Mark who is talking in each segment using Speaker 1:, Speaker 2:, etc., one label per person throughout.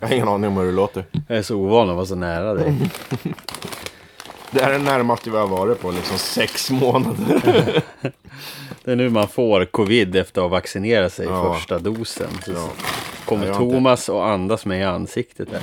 Speaker 1: Jag har ingen aning om hur det låter.
Speaker 2: Jag är så ovan att vara så nära dig.
Speaker 1: Det här är närmaste vi har varit på liksom sex månader.
Speaker 2: Det är nu man får covid efter att ha vaccinerat sig i
Speaker 1: Ja.
Speaker 2: första dosen. Så
Speaker 1: Ja.
Speaker 2: kommer
Speaker 1: Jag har inte-
Speaker 2: Thomas och andas mig i ansiktet där.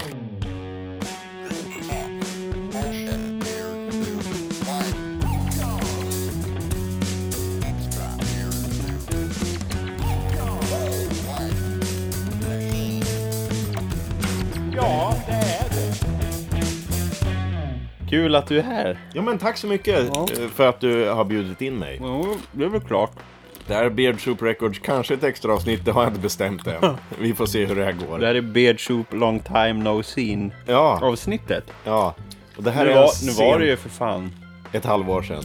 Speaker 2: Kul att du är här.
Speaker 1: Ja men tack så mycket eh, för att du har bjudit in mig.
Speaker 2: Jo, det är väl klart.
Speaker 1: Det här är Beard Soup Records, kanske ett extra avsnitt, det har jag inte bestämt än. Vi får se hur det här
Speaker 2: Det
Speaker 1: går.
Speaker 2: här är Beard Soup Long Time No Seen
Speaker 1: Ja,
Speaker 2: avsnittet.
Speaker 1: ja. Och det här
Speaker 2: Nu
Speaker 1: är en
Speaker 2: var, nu var
Speaker 1: scen-
Speaker 2: det ju för fan
Speaker 1: ett halvår sedan.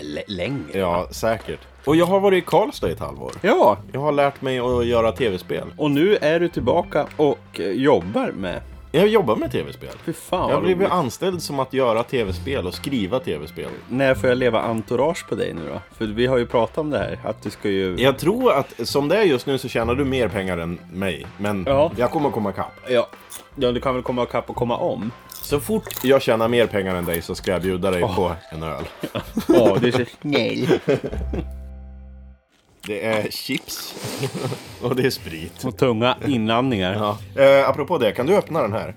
Speaker 2: L- längre.
Speaker 1: Ja, säkert. Och jag har varit i Karlstad i ett halvår.
Speaker 2: Ja,
Speaker 1: Jag har lärt mig att göra tv-spel.
Speaker 2: och nu är du tillbaka och eh, jobbar med.
Speaker 1: Jag jobbar med tv-spel.
Speaker 2: Fy fan
Speaker 1: Jag
Speaker 2: vad
Speaker 1: blev
Speaker 2: roligt.
Speaker 1: ju anställd som att göra tv-spel och skriva tv-spel.
Speaker 2: När får jag leva entourage på dig nu då? För vi har ju pratat om det här, att du ska ju...
Speaker 1: Jag tror att som det är just nu så tjänar du mer pengar än mig. Men
Speaker 2: Ja.
Speaker 1: jag kommer komma ikapp.
Speaker 2: Ja, ja du kan väl komma ikapp och komma om?
Speaker 1: Så fort jag tjänar mer pengar än dig så ska jag bjuda dig på en öl.
Speaker 2: Ja, du är så snäll.
Speaker 1: Det är chips och det är sprit.
Speaker 2: Och tunga inandningar. Ja.
Speaker 1: Ja. Eh, apropå det, kan du öppna den här?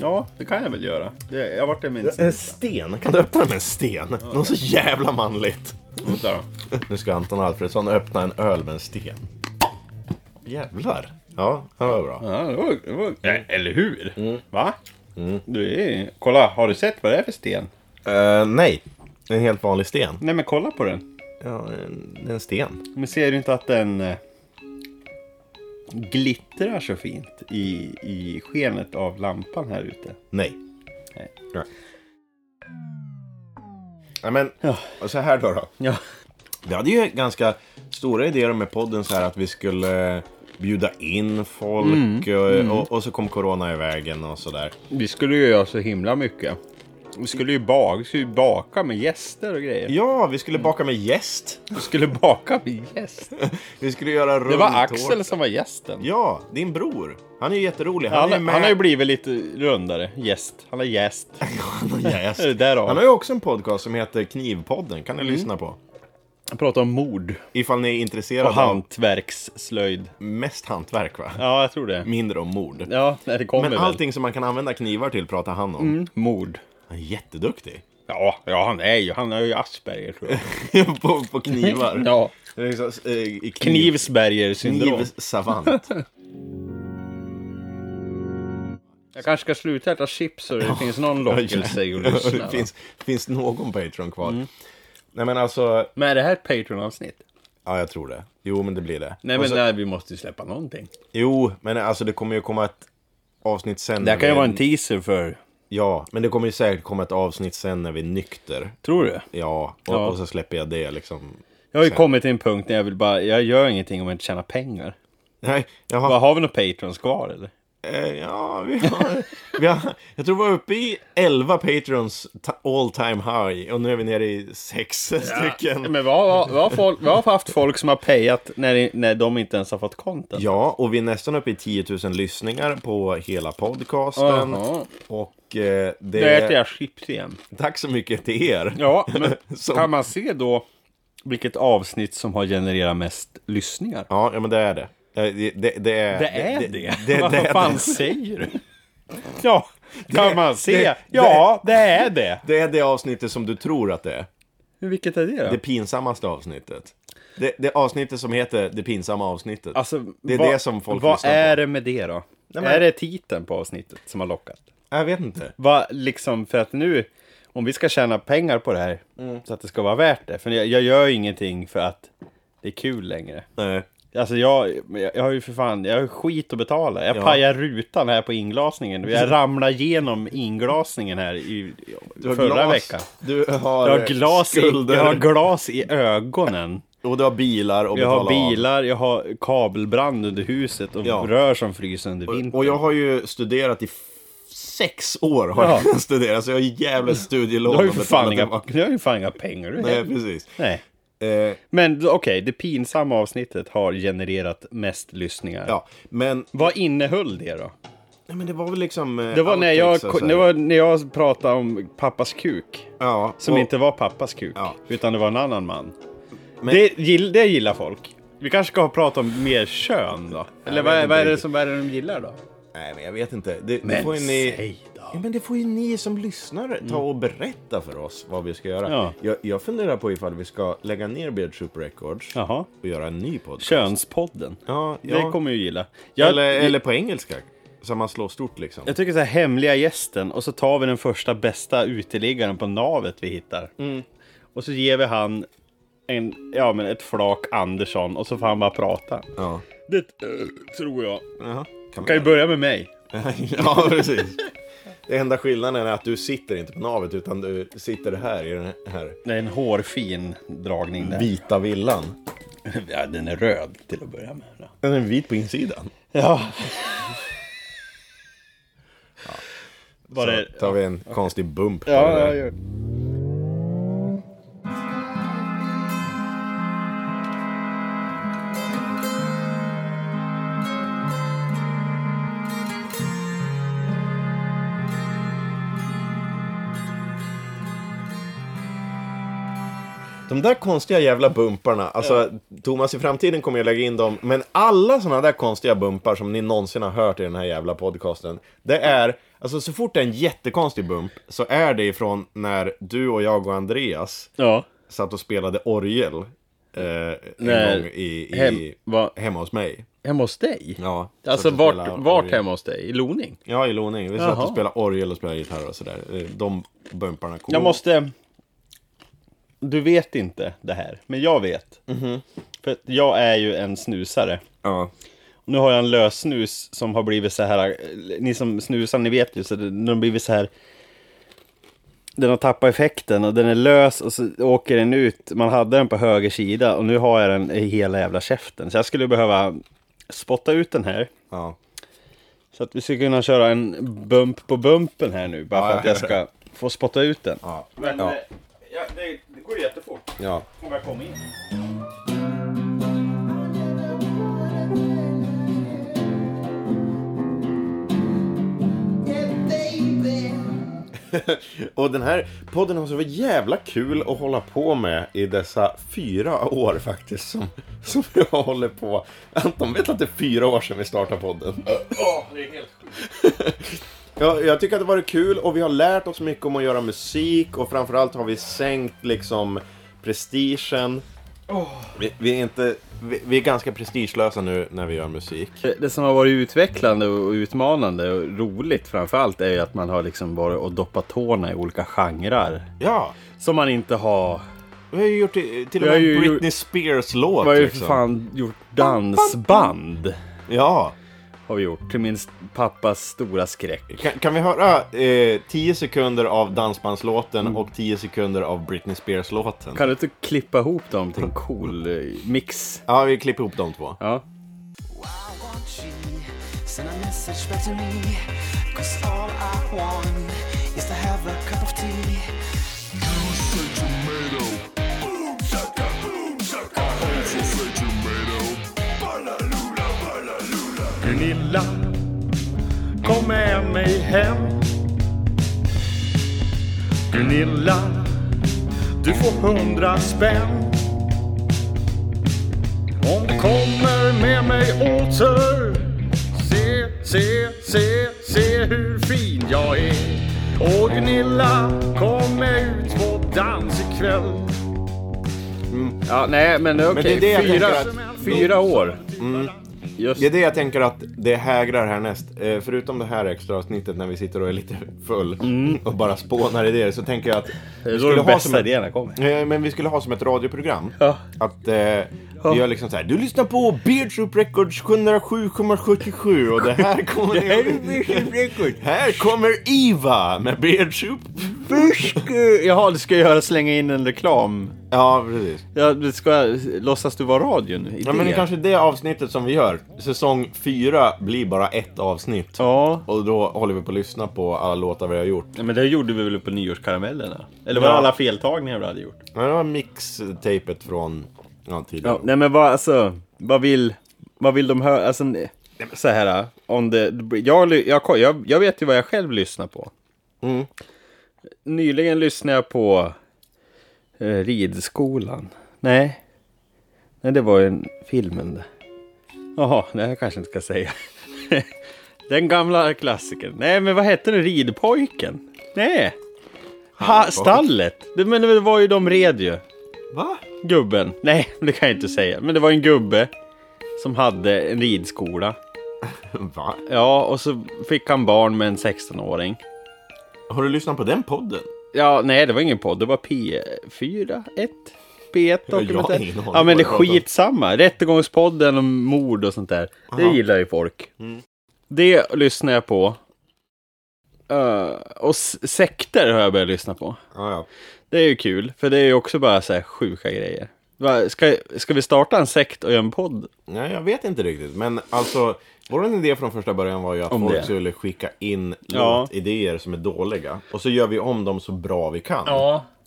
Speaker 2: ja. det kan jag väl göra. Det, jag vart det minst.
Speaker 1: En Eh, sten? Kan du öppna den med en sten? Något så jävla manligt.
Speaker 2: Vänta då.
Speaker 1: Nu ska Anton Alfredsson öppna en öl med en sten. Jävlar. Ja, det var bra.
Speaker 2: Ja, det var, det var, Mm. Ja, eller hur? Va? Du är, kolla, har du sett vad det är för sten?
Speaker 1: Eh, nej, en helt vanlig sten.
Speaker 2: Nej men kolla på den.
Speaker 1: Ja, en, en sten.
Speaker 2: Men ser du inte att den eh, glittrar så fint i, i skenet av lampan här ute?
Speaker 1: Nej.
Speaker 2: Nej.
Speaker 1: Ja. Nej, men
Speaker 2: Ja.
Speaker 1: och så här då. då.
Speaker 2: Ja.
Speaker 1: Vi hade ju ganska stora idéer med podden så här att vi skulle bjuda in folk
Speaker 2: Mm.
Speaker 1: och, Och, och så kom corona i vägen och sådär.
Speaker 2: Vi skulle ju göra så himla mycket. Vi skulle ju baka, vi skulle ju baka med gäster och grejer.
Speaker 1: Ja, vi
Speaker 2: Mm.
Speaker 1: skulle baka med gäst.
Speaker 2: Vi skulle baka med gäster.
Speaker 1: Vi skulle göra
Speaker 2: Det var
Speaker 1: rundtårta.
Speaker 2: Axel som var gästen.
Speaker 1: Ja, din bror. Han är ju jätterolig.
Speaker 2: Han,
Speaker 1: är
Speaker 2: han, har ju blivit lite rundare. Gäst. Han är gäst.
Speaker 1: Han har jäst.
Speaker 2: Det där då. Mm.
Speaker 1: Han har ju också en podcast som heter Knivpodden. Kan ni lyssna på?
Speaker 2: Han pratar om mord.
Speaker 1: Ifall ni är intresserade
Speaker 2: Och hantverksslöjd.
Speaker 1: av mest hantverk, va?
Speaker 2: Mm. Ja, jag tror det.
Speaker 1: Mindre om mord.
Speaker 2: Ja, nej, det kommer
Speaker 1: Men allting som man kan använda knivar till pratar han om.
Speaker 2: väl. Mm, mord.
Speaker 1: Han är jätteduktig.
Speaker 2: Ja, ja, han är ju, han har ju Asperger tror jag.
Speaker 1: på, på knivar.
Speaker 2: Ja.
Speaker 1: Det är liksom, eh, i kniv,
Speaker 2: Knivsberger syndrom.
Speaker 1: knivsavant.
Speaker 2: Jag kanske ska sluta äta chips så det finns någon lockelse i att lyssna.
Speaker 1: det
Speaker 2: va?
Speaker 1: finns, finns någon Patreon kvar.
Speaker 2: Mm.
Speaker 1: Nej men alltså,
Speaker 2: Men är det här ett Patreon-avsnitt?
Speaker 1: ja jag tror det. Jo men det blir det.
Speaker 2: Nej
Speaker 1: Och
Speaker 2: men
Speaker 1: så,
Speaker 2: nej, vi måste ju släppa någonting.
Speaker 1: Jo, men alltså det kommer ju komma ett avsnitt sen.
Speaker 2: Det här
Speaker 1: när
Speaker 2: kan ju
Speaker 1: vi-
Speaker 2: vara en teaser för...
Speaker 1: Ja, men det kommer ju säkert komma ett avsnitt sen när vi är nykter.
Speaker 2: Tror du?
Speaker 1: Ja, och,
Speaker 2: Ja.
Speaker 1: och så släpper jag det liksom.
Speaker 2: Jag har ju kommit till en punkt när jag vill bara, jag gör ingenting om jag inte tjänar pengar.
Speaker 1: Nej, jaha.
Speaker 2: Vad Har vi några Patreons kvar eller?
Speaker 1: Eh, ja, vi har, vi har... Jag tror vi var uppe i 11 Patreons ta- all time high och nu är vi nere i 6 stycken.
Speaker 2: Men vi har, vi, har folk, vi har haft folk som har payat när, när de inte ens har fått konten.
Speaker 1: Ja, och vi är nästan uppe i 10 000 lyssningar på hela podcasten.
Speaker 2: Jaha.
Speaker 1: Och eh, det...
Speaker 2: Då äter jag chips igen.
Speaker 1: Tack så mycket till er.
Speaker 2: Ja, men
Speaker 1: Som-
Speaker 2: kan man se då vilket avsnitt som har genererat mest lyssningar?
Speaker 1: Ja, ja, men det är det. Eh, Det, det, det är
Speaker 2: Det är det.
Speaker 1: det,
Speaker 2: Vad
Speaker 1: det-
Speaker 2: fan säger du? Ja, kan man se?
Speaker 1: det-
Speaker 2: ja, det är det.
Speaker 1: Det är det avsnittet som du tror att det är.
Speaker 2: Vilket är det då?
Speaker 1: Det pinsammaste avsnittet. Det, det avsnittet som heter Det pinsamma avsnittet.
Speaker 2: alltså,
Speaker 1: det är
Speaker 2: vad-
Speaker 1: det som folk
Speaker 2: Vad
Speaker 1: lyssnar på.
Speaker 2: är det med det då?
Speaker 1: men-
Speaker 2: Är det titeln på avsnittet som har lockat?
Speaker 1: Jag vet inte.
Speaker 2: Vad liksom, för att nu, om vi ska tjäna pengar på det här, så att det ska vara värt det. För jag, jag gör ju ingenting för att det är kul längre.
Speaker 1: Nej.
Speaker 2: Alltså jag, jag jag har ju för fan, jag har ju skit att betala. Jag pajar rutan här på inglasningen. Jag ramlar igenom inglasningen här i,
Speaker 1: Du har
Speaker 2: förra
Speaker 1: glas,
Speaker 2: veckan.
Speaker 1: Du har,
Speaker 2: Jag
Speaker 1: eh,
Speaker 2: har, glas i,
Speaker 1: skulder.
Speaker 2: jag har glas i ögonen.
Speaker 1: Och du har bilar och
Speaker 2: Jag har
Speaker 1: betala av.
Speaker 2: bilar, jag har kabelbrand under huset och
Speaker 1: Ja.
Speaker 2: rör som fryser under vintern.
Speaker 1: Och jag har ju studerat i f- sex år har
Speaker 2: Ja.
Speaker 1: jag studerat, så jag har jävla studielån.
Speaker 2: Du har ju
Speaker 1: och
Speaker 2: för
Speaker 1: betalat
Speaker 2: fan inga,
Speaker 1: tillbaka.
Speaker 2: du har ju fan inga pengar. Du
Speaker 1: Nej, precis.
Speaker 2: Nej.
Speaker 1: Eh,
Speaker 2: Men okej, det pinsamma avsnittet har genererat mest lyssningar.
Speaker 1: ja, men,
Speaker 2: Vad innehöll det då?
Speaker 1: nej, men det var väl liksom... eh,
Speaker 2: Det var, när jag,
Speaker 1: outtakes och så här.
Speaker 2: det var när jag pratade om pappas kuk.
Speaker 1: Ja,
Speaker 2: Som
Speaker 1: och-
Speaker 2: inte var pappas kuk,
Speaker 1: Ja.
Speaker 2: utan det var en annan man.
Speaker 1: Men-
Speaker 2: Det, gill, det gillar folk. Vi kanske ska prata om mer kön då? Eller
Speaker 1: jag
Speaker 2: vad,
Speaker 1: vet
Speaker 2: är-
Speaker 1: inte
Speaker 2: vad är det
Speaker 1: riktigt.
Speaker 2: som vad är det de gillar då?
Speaker 1: Nej, men jag vet inte. Det, det får ju ni... Ja, men det får ju ni som lyssnar ta och berätta för oss vad vi ska göra.
Speaker 2: Mm. Ja.
Speaker 1: Jag, jag funderar på ifall vi ska lägga ner Beard Soup Records
Speaker 2: Jaha.
Speaker 1: och göra en ny podcast.
Speaker 2: Könspodden.
Speaker 1: Ja, ja.
Speaker 2: Det kommer ju gilla. Jag,
Speaker 1: eller, eller på engelska. Så man slår stort liksom.
Speaker 2: jag tycker så här, hemliga gästen och så tar vi den första bästa uteliggaren på navet vi hittar.
Speaker 1: Mm.
Speaker 2: Och så ger vi han en, ja, men ett flak Andersson och så får han bara prata.
Speaker 1: Ja.
Speaker 2: Det eh, tror jag.
Speaker 1: Jaha. Kan
Speaker 2: Kan ju börja med mig.
Speaker 1: ja, precis. Det enda skillnaden är att du sitter inte på navet utan du sitter här i den här
Speaker 2: Det är en hårfin dragning där.
Speaker 1: vita villan.
Speaker 2: Ja, den är röd till att börja med.
Speaker 1: Den är vit på insidan.
Speaker 2: Ja. Var
Speaker 1: Så
Speaker 2: det...
Speaker 1: tar vi en konstig bump på det
Speaker 2: Ja,
Speaker 1: där.
Speaker 2: jag gör
Speaker 1: De där konstiga jävla bumparna, alltså Thomas i framtiden kommer jag lägga in dem, men alla sådana där konstiga bumpar som ni någonsin har hört i den här jävla podcasten, det är, alltså så fort det är en jättekonstig bump så är det ifrån när du och jag och Andreas
Speaker 2: Ja.
Speaker 1: satt och spelade orgel eh, en
Speaker 2: När-
Speaker 1: gång i, i,
Speaker 2: Hem- va-
Speaker 1: hemma hos mig.
Speaker 2: Hemma hos dig?
Speaker 1: Ja,
Speaker 2: Alltså
Speaker 1: satt och
Speaker 2: vart,
Speaker 1: spelade
Speaker 2: vart
Speaker 1: orgel.
Speaker 2: hemma hos dig? I Loning?
Speaker 1: Ja, i Loning. Vi satt
Speaker 2: Jaha.
Speaker 1: och spelade orgel och spelade gitarr och sådär. Eh, De bumparna kom.
Speaker 2: Jag måste... Du vet inte det här, men jag vet.
Speaker 1: Mhm.
Speaker 2: För att jag är ju en snusare.
Speaker 1: Ja.
Speaker 2: Nu har jag en lös snus som har blivit så här... eh, Ni som snusar, ni vet ju. Så det, den har blivit så här... Den har tappat effekten och den är lös och så åker den ut. Man hade den på höger sida och nu har jag den i hela jävla käften. Så jag skulle behöva spotta ut den här.
Speaker 1: ja.
Speaker 2: Så att vi ska kunna köra en bump på bumpen här nu. Bara
Speaker 1: Ja,
Speaker 2: för
Speaker 1: jag
Speaker 2: att jag
Speaker 1: hör
Speaker 2: ska få spotta ut den.
Speaker 1: Ja.
Speaker 2: Men
Speaker 1: Ja.
Speaker 2: eh, ja, det, det går ju jättefort.
Speaker 1: Ja.
Speaker 2: Om jag kommer in.
Speaker 1: Och den här podden har så varit jävla kul att hålla på med i dessa fyra år faktiskt som, som jag håller på. Anton vet att det är fyra år sedan vi startade podden. Ja, jag tycker att det har varit kul och vi har lärt oss mycket om att göra musik och framförallt har vi sänkt liksom prestigen. Vi, vi, är inte, vi, vi är ganska prestigelösa nu när vi gör musik.
Speaker 2: Det- Det som har varit utvecklande och utmanande och roligt framförallt är ju att man har liksom varit och doppat tårna i olika genrer.
Speaker 1: Ja,
Speaker 2: Som man inte har...
Speaker 1: vi har ju gjort i- till och
Speaker 2: Vi har
Speaker 1: med
Speaker 2: ju
Speaker 1: Britney Spears-låt.
Speaker 2: Vi har ju för
Speaker 1: liksom.
Speaker 2: fan gjort dansband.
Speaker 1: Ja.
Speaker 2: Har vi gjort, till min s- pappas stora skräck.
Speaker 1: Kan, kan vi höra eh, 10 sekunder av dansbandslåten och 10 sekunder av Britney Spears-låten?
Speaker 2: Mm. Kan du inte klippa ihop dem till en cool eh, mix?
Speaker 1: Ja, vi klipper ihop de två.
Speaker 2: Ja.
Speaker 3: Why won't she send a message back to me? Cause all I want is to have a cup of tea.
Speaker 4: You say tomato. Boom shaka, boom shaka. I also say tomato. Ballalula, ballalula.
Speaker 5: Gunilla, kom med mig hem Gunilla, du får hundra spänn Om du kommer med mig åter Se, se, se, se hur fin jag är Och Gunilla, kom med ut på dans ikväll
Speaker 2: Ja, nej, men okej.
Speaker 1: Men det är det jag
Speaker 2: fyra,
Speaker 1: tänker
Speaker 2: fyra år. Just,
Speaker 1: Det är det jag tänker att det hägrar härnäst. Eh, förutom det här extra avsnittet när vi sitter och är lite full och bara spånar idéer så tänker jag att...
Speaker 2: Mm. det är
Speaker 1: vi
Speaker 2: då de
Speaker 1: skulle ha
Speaker 2: bästa
Speaker 1: som ett,
Speaker 2: idéerna kommer.
Speaker 1: eh, men vi skulle ha som ett radioprogram.
Speaker 2: Ja.
Speaker 1: Att eh, vi gör liksom så här. Du lyssnar på Beard Soup Records 707,77 och det här kommer... det här, kommer Iva med Beard Soup
Speaker 2: Fusk! Jaha, du ska göra slänga in en reklam.
Speaker 1: Ja, precis.
Speaker 2: Ja, du ska eh, låtsas du var radion. Idé.
Speaker 1: Ja, men det är kanske är det avsnittet som vi gör. Säsong fyra blir bara ett avsnitt.
Speaker 2: Ja.
Speaker 1: Och då håller vi på att lyssna på alla låtar vi har gjort.
Speaker 2: Ja, men det gjorde vi väl på nyårskaramellerna? Eller var det
Speaker 1: Ja.
Speaker 2: alla feltagningar vi hade gjort?
Speaker 1: Ja, det var mixtapet från ja, tidigare.
Speaker 2: Ja, nej men vad, alltså, vad vill, vad vill de höra? Alltså, nej, men så här, om det, jag, ly- jag, ko- jag, jag vet ju vad jag själv lyssnar på.
Speaker 1: Mm.
Speaker 2: Nyligen lyssnade jag på eh, Ridskolan. Nej, nej det var ju en filmen det. Jaha, det här kanske jag inte ska säga. Den gamla klassikern. Nej, men vad hette den? Ridpojken? Nej! Ha, stallet! Det, men det var ju de red ju.
Speaker 1: Va?
Speaker 2: Gubben. Nej, det kan jag inte säga. Men det var en gubbe som hade en ridskola.
Speaker 1: Va?
Speaker 2: Ja, och så fick han barn med en 16-åring.
Speaker 1: Har du lyssnat på den podden?
Speaker 2: Ja, nej, det var ingen podd. Det var P4, 1, P1
Speaker 1: Ja, jag har
Speaker 2: dokumentär.
Speaker 1: ingen aning
Speaker 2: Ja,
Speaker 1: vad
Speaker 2: men det
Speaker 1: det
Speaker 2: är
Speaker 1: pratar om.
Speaker 2: skitsamma. Rättegångspodden om mord och sånt där. Det
Speaker 1: Aha. Mm.
Speaker 2: gillar ju folk. Det lyssnar jag på. Eh, och s- sekter har jag börjat lyssna på.
Speaker 1: Ja, ja.
Speaker 2: Det är ju kul, för det är ju också bara så här sjuka grejer. Va, Ska, ska vi starta en sekt och göra en podd
Speaker 1: Nej, jag vet inte riktigt. Men alltså, vår idé från första början var ju att
Speaker 2: Om
Speaker 1: folk
Speaker 2: det.
Speaker 1: skulle skicka in
Speaker 2: Ja.
Speaker 1: låtidéer som är dåliga. Och så gör vi om dem så bra vi kan.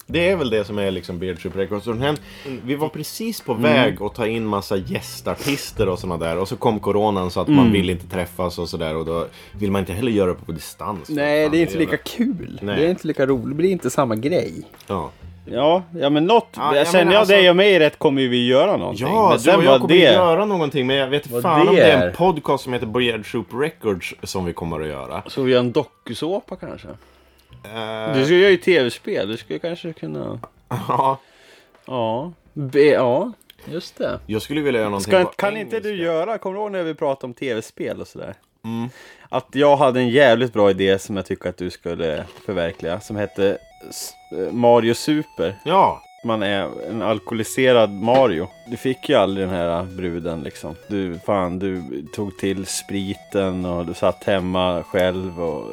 Speaker 1: Det är väl det som är liksom Beardship Records. Och den här-
Speaker 2: Mm.
Speaker 1: Vi var precis på väg att ta in massa gästartister och sådana där. Och så kom coronan så att
Speaker 2: Mm.
Speaker 1: man vill inte träffas och sådär. Och då vill man inte heller göra det på distans.
Speaker 2: Nej,
Speaker 1: Fan,
Speaker 2: det är inte lika
Speaker 1: väl-
Speaker 2: kul.
Speaker 1: Nej.
Speaker 2: Det är inte lika roligt. Det blir inte samma grej.
Speaker 1: Ja.
Speaker 2: Ja, ja men något.
Speaker 1: Ja, jag
Speaker 2: Känner
Speaker 1: menar
Speaker 2: jag
Speaker 1: alltså-
Speaker 2: dig och mig rätt kommer ju vi göra någonting.
Speaker 1: Ja,
Speaker 2: men
Speaker 1: du och jag
Speaker 2: vad
Speaker 1: kommer det... göra någonting. Men jag vet
Speaker 2: Vad
Speaker 1: fan om
Speaker 2: det
Speaker 1: det är
Speaker 2: är.
Speaker 1: en podcast som heter Beardship Records som vi kommer att göra.
Speaker 2: Så vi gör en dokusåpa kanske?
Speaker 1: Eh,
Speaker 2: Du ska göra ju tv-spel. Du skulle kanske kunna...
Speaker 1: ja.
Speaker 2: Ja. Be... Ja, just det.
Speaker 1: Jag skulle vilja göra någonting
Speaker 2: Ska,
Speaker 1: på
Speaker 2: kan inte du göra, kommer du ihåg när vi pratade om tv-spel och sådär?
Speaker 1: Mm.
Speaker 2: Att jag hade en jävligt bra idé som jag tycker att du skulle förverkliga. Som hette S- eh, Mario Super.
Speaker 1: Ja,
Speaker 2: Man är en alkoholiserad Mario. Du fick ju aldrig den här bruden liksom. Du, fan, du tog till spriten och du satt hemma själv och...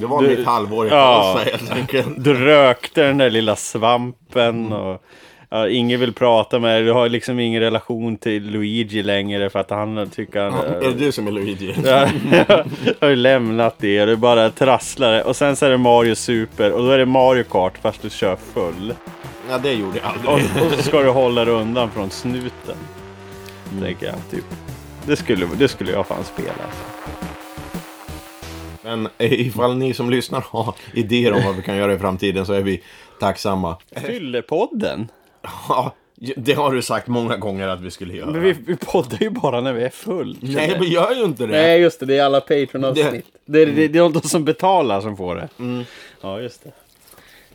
Speaker 1: det var
Speaker 2: Du-
Speaker 1: mitt halvår i
Speaker 2: Ja.
Speaker 1: Karlstad helt enkelt.
Speaker 2: Du rökte den där lilla svampen och... Ja, ingen vill prata med dig. Du har liksom ingen relation till Luigi längre för att han tycker... Han,
Speaker 1: Är det du som är Luigi?
Speaker 2: Ja, jag har ju lämnat det och det är bara trasslare. Och sen så är det Mario Super och då är det Mario Kart fast du kör full.
Speaker 1: Ja, det gjorde jag aldrig.
Speaker 2: Och, och så ska du hålla dig undan från snuten. Tänker jag, typ. Det skulle, det skulle jag fan spela. alltså.
Speaker 1: Men eh, ifall ni som lyssnar har idéer om vad vi kan göra i framtiden så är vi tacksamma.
Speaker 2: Fyllepodden?
Speaker 1: Ja, det har du sagt många gånger att vi skulle göra.
Speaker 2: Men vi, vi poddar ju bara när vi är full.
Speaker 1: Nej, vi gör ju inte det.
Speaker 2: Nej, just det. Det är alla Patreon-avsnitt. Det, är- det, det är de som betalar som får det. Ja, just det.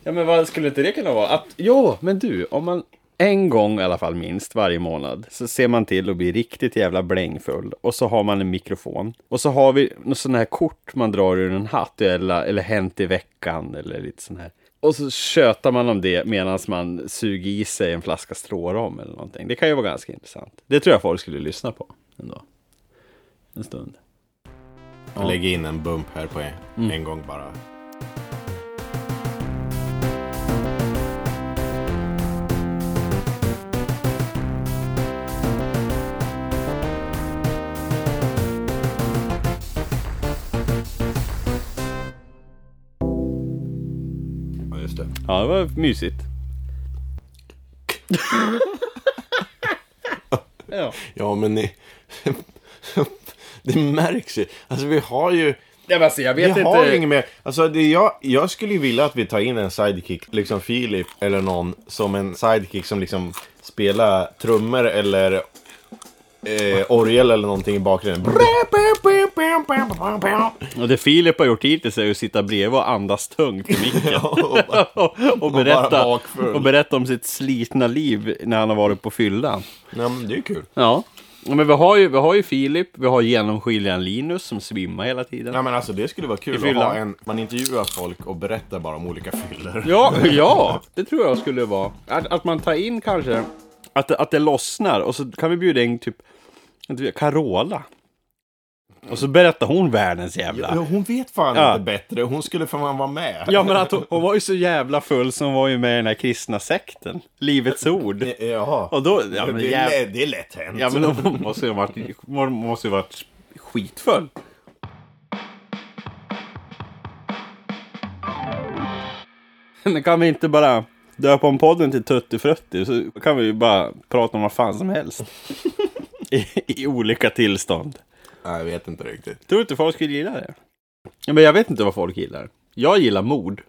Speaker 2: Ja, men vad skulle inte det kunna vara? Att, jo, men du, om man en gång i alla fall minst varje månad så ser man till att bli riktigt jävla blängfull och så har man en mikrofon och så har vi något sån här kort man drar ur en hatt eller, eller hänt i veckan eller lite sån här. Och så tjötar man om det medan man suger i sig en flaska strårom eller någonting. Det kan ju vara ganska intressant. Det tror jag folk skulle lyssna på ändå. En stund.
Speaker 1: Lägg in en bump här på en,
Speaker 2: Mm.
Speaker 1: en gång bara. Ja, just det.
Speaker 2: Ja, det var mysigt. ja.
Speaker 1: Ja, men ni... det märks ju. Alltså, vi har ju...
Speaker 2: Nej, men alltså, jag vet
Speaker 1: Vi
Speaker 2: inte.
Speaker 1: har inget mer. Alltså, det, jag, jag skulle ju vilja att vi tar in en sidekick, liksom Filip eller någon, som en sidekick som liksom spelar trummor eller eh, orgel eller någonting i bakgrunden.
Speaker 2: Och det Filip har gjort hittills är ju att sitta bredvid och andas tungt i micken. och, och, berätta,
Speaker 1: bakfull.
Speaker 2: och berätta om sitt slitna liv när han har varit på fyllan.
Speaker 1: Nej, men det är kul.
Speaker 2: Ja. Ja, Men vi har, ju, vi har ju Filip, vi har genomskinligan Linus som svimmar hela tiden.
Speaker 1: Nej, men alltså, det skulle vara
Speaker 2: I
Speaker 1: kul att
Speaker 2: fyllan.
Speaker 1: ha en, man intervjuar folk och berättar bara om olika fyllor.
Speaker 2: Ja, ja, det tror jag skulle vara. Att, att man tar in kanske, att, det- att det lossnar och så kan vi bjuda in typ inte vet, Carola. typ- Och så berättar hon världens jävla...
Speaker 1: Ja, Hon vet fan
Speaker 2: Ja.
Speaker 1: inte bättre, hon skulle fan vara med.
Speaker 2: Ja men att hon, hon var ju så jävla full som var ju med i den här kristna sekten. Livets ord.
Speaker 1: Jaha.
Speaker 2: Och då, ja men,
Speaker 1: det, är
Speaker 2: jäv...
Speaker 1: lätt, det är lätt hänt.
Speaker 2: ja, men hon måste ju ha varit, hon måste ju ha varit skitfull. Men kan vi inte bara döpa om podden till Tutti Frutti så kan vi ju bara prata om vad fan som helst. I, I olika tillstånd.
Speaker 1: Nej, jag vet inte riktigt.
Speaker 2: Tror du inte folk skulle gilla det? Ja, men jag vet inte vad folk gillar. Jag gillar mord.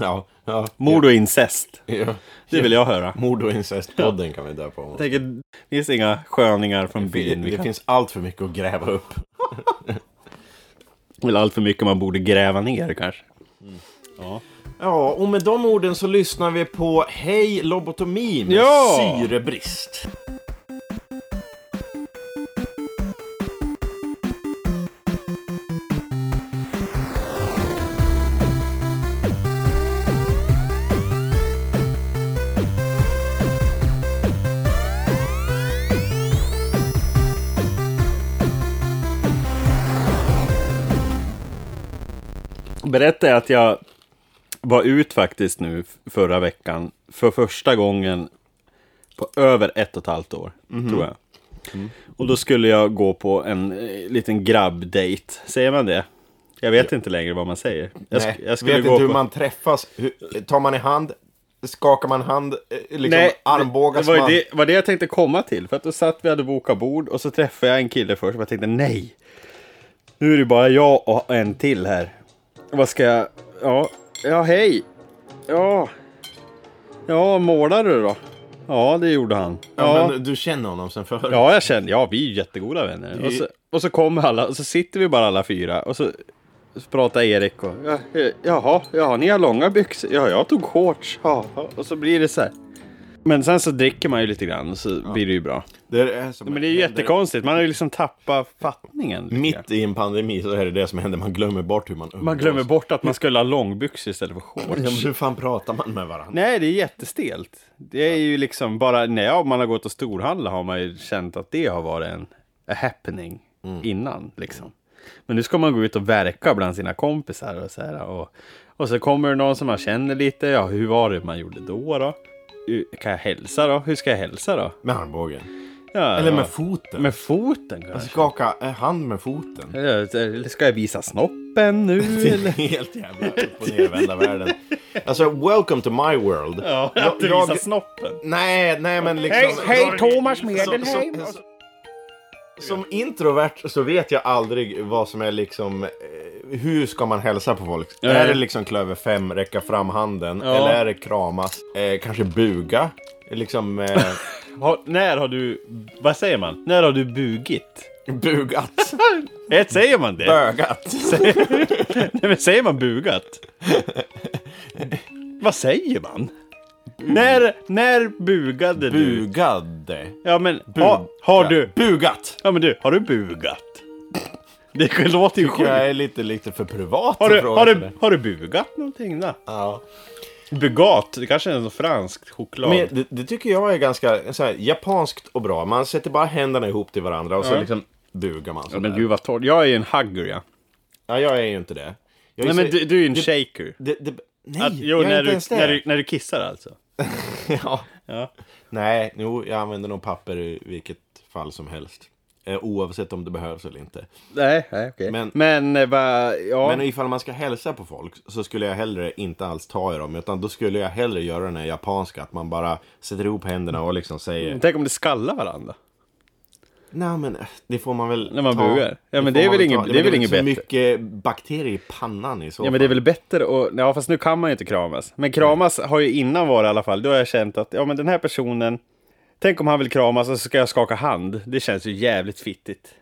Speaker 1: Ja, ja.
Speaker 2: Mord och incest.
Speaker 1: Ja.
Speaker 2: Det vill jag höra.
Speaker 1: Mord och incestpodden kan vi döpa om.
Speaker 2: Jag tänker, det finns inga sköningar från
Speaker 1: Det,
Speaker 2: byn. Vi
Speaker 1: det
Speaker 2: kan,
Speaker 1: finns allt för mycket att gräva upp.
Speaker 2: väl allt för mycket man borde gräva ner kanske.
Speaker 1: Ja, och med de orden så lyssnar vi på Hej lobotomi med
Speaker 2: Ja!
Speaker 1: syrebrist.
Speaker 2: Berätta att jag var ut faktiskt nu f- förra veckan för första gången på över ett och ett halvt år, tror jag. Och då skulle jag gå på en eh, liten grabbdate, säger man det? Jag vet inte längre vad man säger. Jag, sk-
Speaker 1: Nej,
Speaker 2: jag skulle
Speaker 1: vet
Speaker 2: gå
Speaker 1: inte hur
Speaker 2: på...
Speaker 1: man träffas. Hur, tar man i hand? Skakar man hand? eh, Liksom armbågas
Speaker 2: det, det var
Speaker 1: man?
Speaker 2: ju det, var det jag tänkte komma till. För att då satt vi hade bokat bord och så träffade jag en kille först och jag tänkte nej. Nu är det bara jag och en till här. Vad ska jag... Ja, ja hej. Ja. Ja, målar du då? Ja, det gjorde han.
Speaker 1: Ja, men du känner honom sen förut?
Speaker 2: Ja, jag känner, ja vi är ju jättegoda vänner. Och så, och så kommer alla, och så sitter vi bara alla fyra och så, så pratar Erik och ja, eh, jaha, jaha, ni har långa byxor, ja jag tog shorts, ja, ja." och så blir det så här. Men sen så dricker man ju lite grann och så blir det ju bra.
Speaker 1: Det är som
Speaker 2: Men det är ju jättekonstigt, man har ju liksom tappat fattningen. lite grann.
Speaker 1: Mitt i en pandemi så är det det som händer, man glömmer bort hur man umgås.
Speaker 2: Man glömmer bort att man skulle ha långbyxor istället för shorts.
Speaker 1: Ja, men hur fan pratar man med varandra?
Speaker 2: Nej, det är jättestelt. Det är ju liksom bara, när jag- man har gått och storhandlat har man ju känt att det har varit en a happening innan. Liksom. Men nu ska man gå ut och verka bland sina kompisar och så här. Och, och så kommer det någon som man känner lite, ja hur var det man gjorde då då? Hur- Kan jag hälsa då? Hur ska jag hälsa då?
Speaker 1: Med armbågen?
Speaker 2: Ja,
Speaker 1: Eller med
Speaker 2: ja.
Speaker 1: foten?
Speaker 2: Med Alltså- foten kanske?
Speaker 1: Skaka eh, hand med foten?
Speaker 2: Ja, Eller ska jag visa snoppen nu?
Speaker 1: Det är
Speaker 2: Eller?
Speaker 1: helt jävla upp och nervända världen. Alltså, welcome to my world.
Speaker 2: Ja, att du visar snoppen.
Speaker 1: Nej, nej men liksom...
Speaker 2: Hej, hej Thomas
Speaker 1: Som,
Speaker 2: Medelheim!
Speaker 1: som, som, som introvert så vet jag aldrig vad som är liksom... eh, Hur ska man hälsa på folk?
Speaker 2: Nej.
Speaker 1: Är det liksom klöver fem, räcka fram handen?
Speaker 2: Ja.
Speaker 1: Eller är det kramas? Eh, kanske buga? Liksom... Eh,
Speaker 2: Har, när har du, vad säger man? När har du bugit?
Speaker 1: bugat?
Speaker 2: Ett, säger man det?
Speaker 1: Bögat?
Speaker 2: Nej, men säger man bugat? vad säger man? När, när bugade du?
Speaker 1: Bugade?
Speaker 2: Ja men, ha, har du?
Speaker 1: Bugat!
Speaker 2: Ja men du, har du bugat? Det låter ju sjukt.
Speaker 1: Jag är lite, lite för privat
Speaker 2: Har
Speaker 1: för
Speaker 2: du,
Speaker 1: frågan
Speaker 2: har,
Speaker 1: för det.
Speaker 2: du, har du bugat någonting då?
Speaker 1: Ja.
Speaker 2: Bugat, det kanske är en sån fransk choklad.
Speaker 1: Men det, det tycker jag är ganska så här, japanskt och bra. Man sätter bara händerna ihop till varandra och så
Speaker 2: Ja.
Speaker 1: liksom bugar man
Speaker 2: Ja,
Speaker 1: sådär.
Speaker 2: men gud vad torr. Jag är ju en hugger ja.
Speaker 1: Ja, jag är ju inte det. Jag är
Speaker 2: Nej men
Speaker 1: så-
Speaker 2: du, du är ju en
Speaker 1: det-
Speaker 2: shaker.
Speaker 1: Det, det, nej,
Speaker 2: Att, jo,
Speaker 1: jag är
Speaker 2: när
Speaker 1: inte
Speaker 2: du,
Speaker 1: ens det.
Speaker 2: när, du, när du kissar alltså.
Speaker 1: ja.
Speaker 2: Ja.
Speaker 1: Nej, jo, jag använder nog papper i vilket fall som helst. Eh, oavsett om det behövs eller inte.
Speaker 2: Nej, nej okej.
Speaker 1: Men-
Speaker 2: Men, eh, va, ja.
Speaker 1: Men ifall man ska hälsa på folk så skulle jag hellre inte alls ta i dem. Utan då skulle jag hellre göra den här japanska. Att man bara sätter ihop händerna och liksom säger
Speaker 2: Tänk om det skallar varandra.
Speaker 1: Nej men eh, det får man väl
Speaker 2: När man
Speaker 1: ta.
Speaker 2: bugar. Ja, men
Speaker 1: får
Speaker 2: det är
Speaker 1: man
Speaker 2: väl
Speaker 1: ta.
Speaker 2: ingen-
Speaker 1: Ja,
Speaker 2: det är
Speaker 1: men
Speaker 2: väl inget
Speaker 1: så
Speaker 2: bättre.
Speaker 1: mycket bakterier i pannan i så
Speaker 2: Ja men det är väl bättre att, ja fast nu kan man ju inte kramas. Men kramas har ju innan varit i alla fall, då har jag känt att, ja men den här personen, tänk om han vill kramas och så ska jag skaka hand. Det känns ju jävligt fittigt.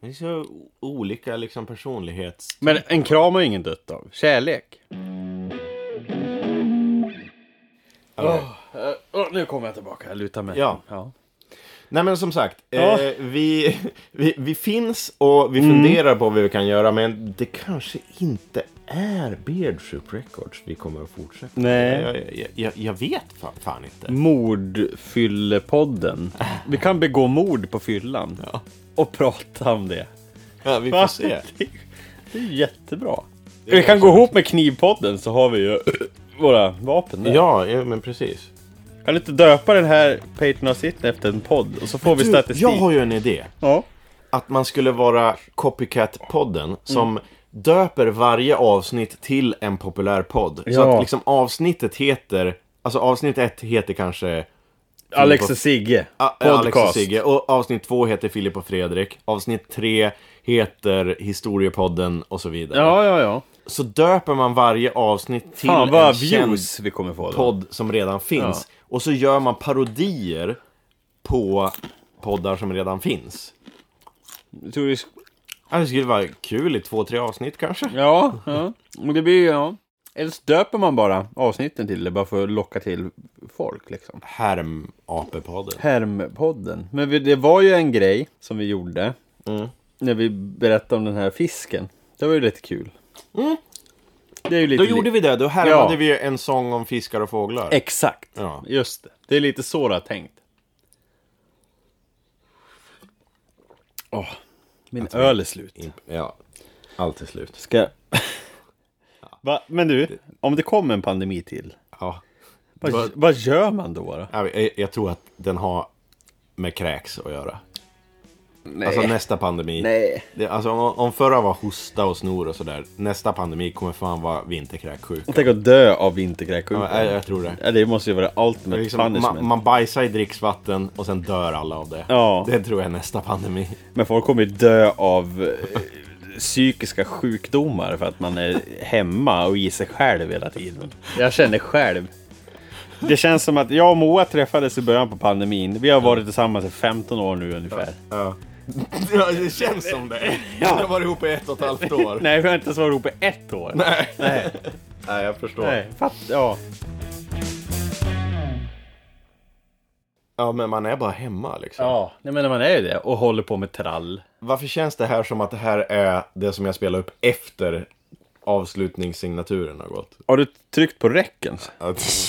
Speaker 1: Det är så o- olika liksom personlighets...
Speaker 2: Men en kram har ju ingen dött av. Kärlek. Åh, nu kommer jag tillbaka, jag lutar mig.
Speaker 1: Ja. Nej men som sagt,
Speaker 2: Ja. Mm.
Speaker 1: eh, vi, vi, vi finns och vi funderar på vad vi kan göra men det kanske inte är Beardship Records vi kommer att fortsätta
Speaker 2: Nej. Mm.
Speaker 1: Jag, jag, jag, jag vet fan, fan inte.
Speaker 2: Mordfyllepodden. Vi kan begå mord på fyllan. Och prata om det.
Speaker 1: Ja, vi får se.
Speaker 2: Det, det är ju jättebra. vi kan gå ihop med Knivpodden så har vi ju äh, våra vapen där.
Speaker 1: Ja, ja, men precis.
Speaker 2: Kan du inte döpa den här Patreon-avsnitten efter en podd? Och så får vi
Speaker 1: Du,
Speaker 2: statistik.
Speaker 1: Typ, Jag har ju en idé.
Speaker 2: Ja.
Speaker 1: Att man skulle vara Copycat-podden som
Speaker 2: Mm.
Speaker 1: döper varje avsnitt till en populär podd. Så
Speaker 2: Ja.
Speaker 1: att liksom avsnittet heter, alltså avsnitt ett heter kanske
Speaker 2: Alex och Sigge.
Speaker 1: A- eh, Alex och
Speaker 2: podcast.
Speaker 1: Sigge. Och avsnitt två heter Filip och Fredrik. Avsnitt tre heter Historiepodden och så vidare.
Speaker 2: Ja, ja, ja.
Speaker 1: Så döper man varje avsnitt till
Speaker 2: Fan vad
Speaker 1: en känd
Speaker 2: views vi kommer få då.
Speaker 1: podd som redan finns. Och så gör man parodier på poddar som redan finns.
Speaker 2: Jag tror vi sk-
Speaker 1: Ja, Det skulle vara kul i två, tre avsnitt kanske.
Speaker 2: Ja, ja. Och det blir ju, ja. Eller så döper man bara avsnitten till det, bara för att locka till folk liksom.
Speaker 1: Härm-apepodden.
Speaker 2: Permpodden. Men vi, det var ju en grej som vi gjorde.
Speaker 1: Mm.
Speaker 2: När vi berättade om den här fisken. Det var ju lite kul. Det är ju lite
Speaker 1: Mm. Då gjorde vi det, då härmade
Speaker 2: Ja.
Speaker 1: vi ju en sång om fiskar och fåglar.
Speaker 2: Exakt.
Speaker 1: Ja.
Speaker 2: Just det. Det är lite så det har tänkt. Åh, min öl är slut.
Speaker 1: Imp- ja, allt är slut.
Speaker 2: Ska... Va? Men du, om det kommer en pandemi till.
Speaker 1: Ja.
Speaker 2: Vad,
Speaker 1: Vad-
Speaker 2: vad gör man då? då?
Speaker 1: Ja, Jag, jag tror att den har med kräks att göra. Alltså nästa pandemi.
Speaker 2: Nej.
Speaker 1: Det, alltså om, om förra var hosta och snor och sådär. Nästa pandemi kommer fan vara vinterkräksjuka.
Speaker 2: Tänk att dö av vinterkräksjuka.
Speaker 1: Ja, jag, jag tror det.
Speaker 2: Ja, det måste ju vara
Speaker 1: Det är
Speaker 2: ultimate
Speaker 1: Liksom,
Speaker 2: punishment.
Speaker 1: man, man bajsar i dricksvatten och sen dör alla av det.
Speaker 2: Ja.
Speaker 1: Det tror jag är nästa pandemi.
Speaker 2: Men folk kommer ju dö av eh, psykiska sjukdomar för att man är hemma och i sig själv hela tiden. Jag känner själv. Det känns som att jag och Moa träffades i början på pandemin. Vi har varit tillsammans i 15 år nu ungefär.
Speaker 1: Ja. ja, det känns som det. Ja. har varit ihop i ett och ett halvt år.
Speaker 2: Nej, vi har inte ens varit ihop i ett år.
Speaker 1: Nej. Nej, jag förstår.
Speaker 2: Nej, fatt, ja.
Speaker 1: Ja, men man är bara hemma liksom.
Speaker 2: ja, nej, men man är ju det och håller på med trall.
Speaker 1: Varför känns det här som att det här är det som jag spelar upp efter avslutningssignaturen har gått?
Speaker 2: Har du tryckt på räcken?
Speaker 1: Att-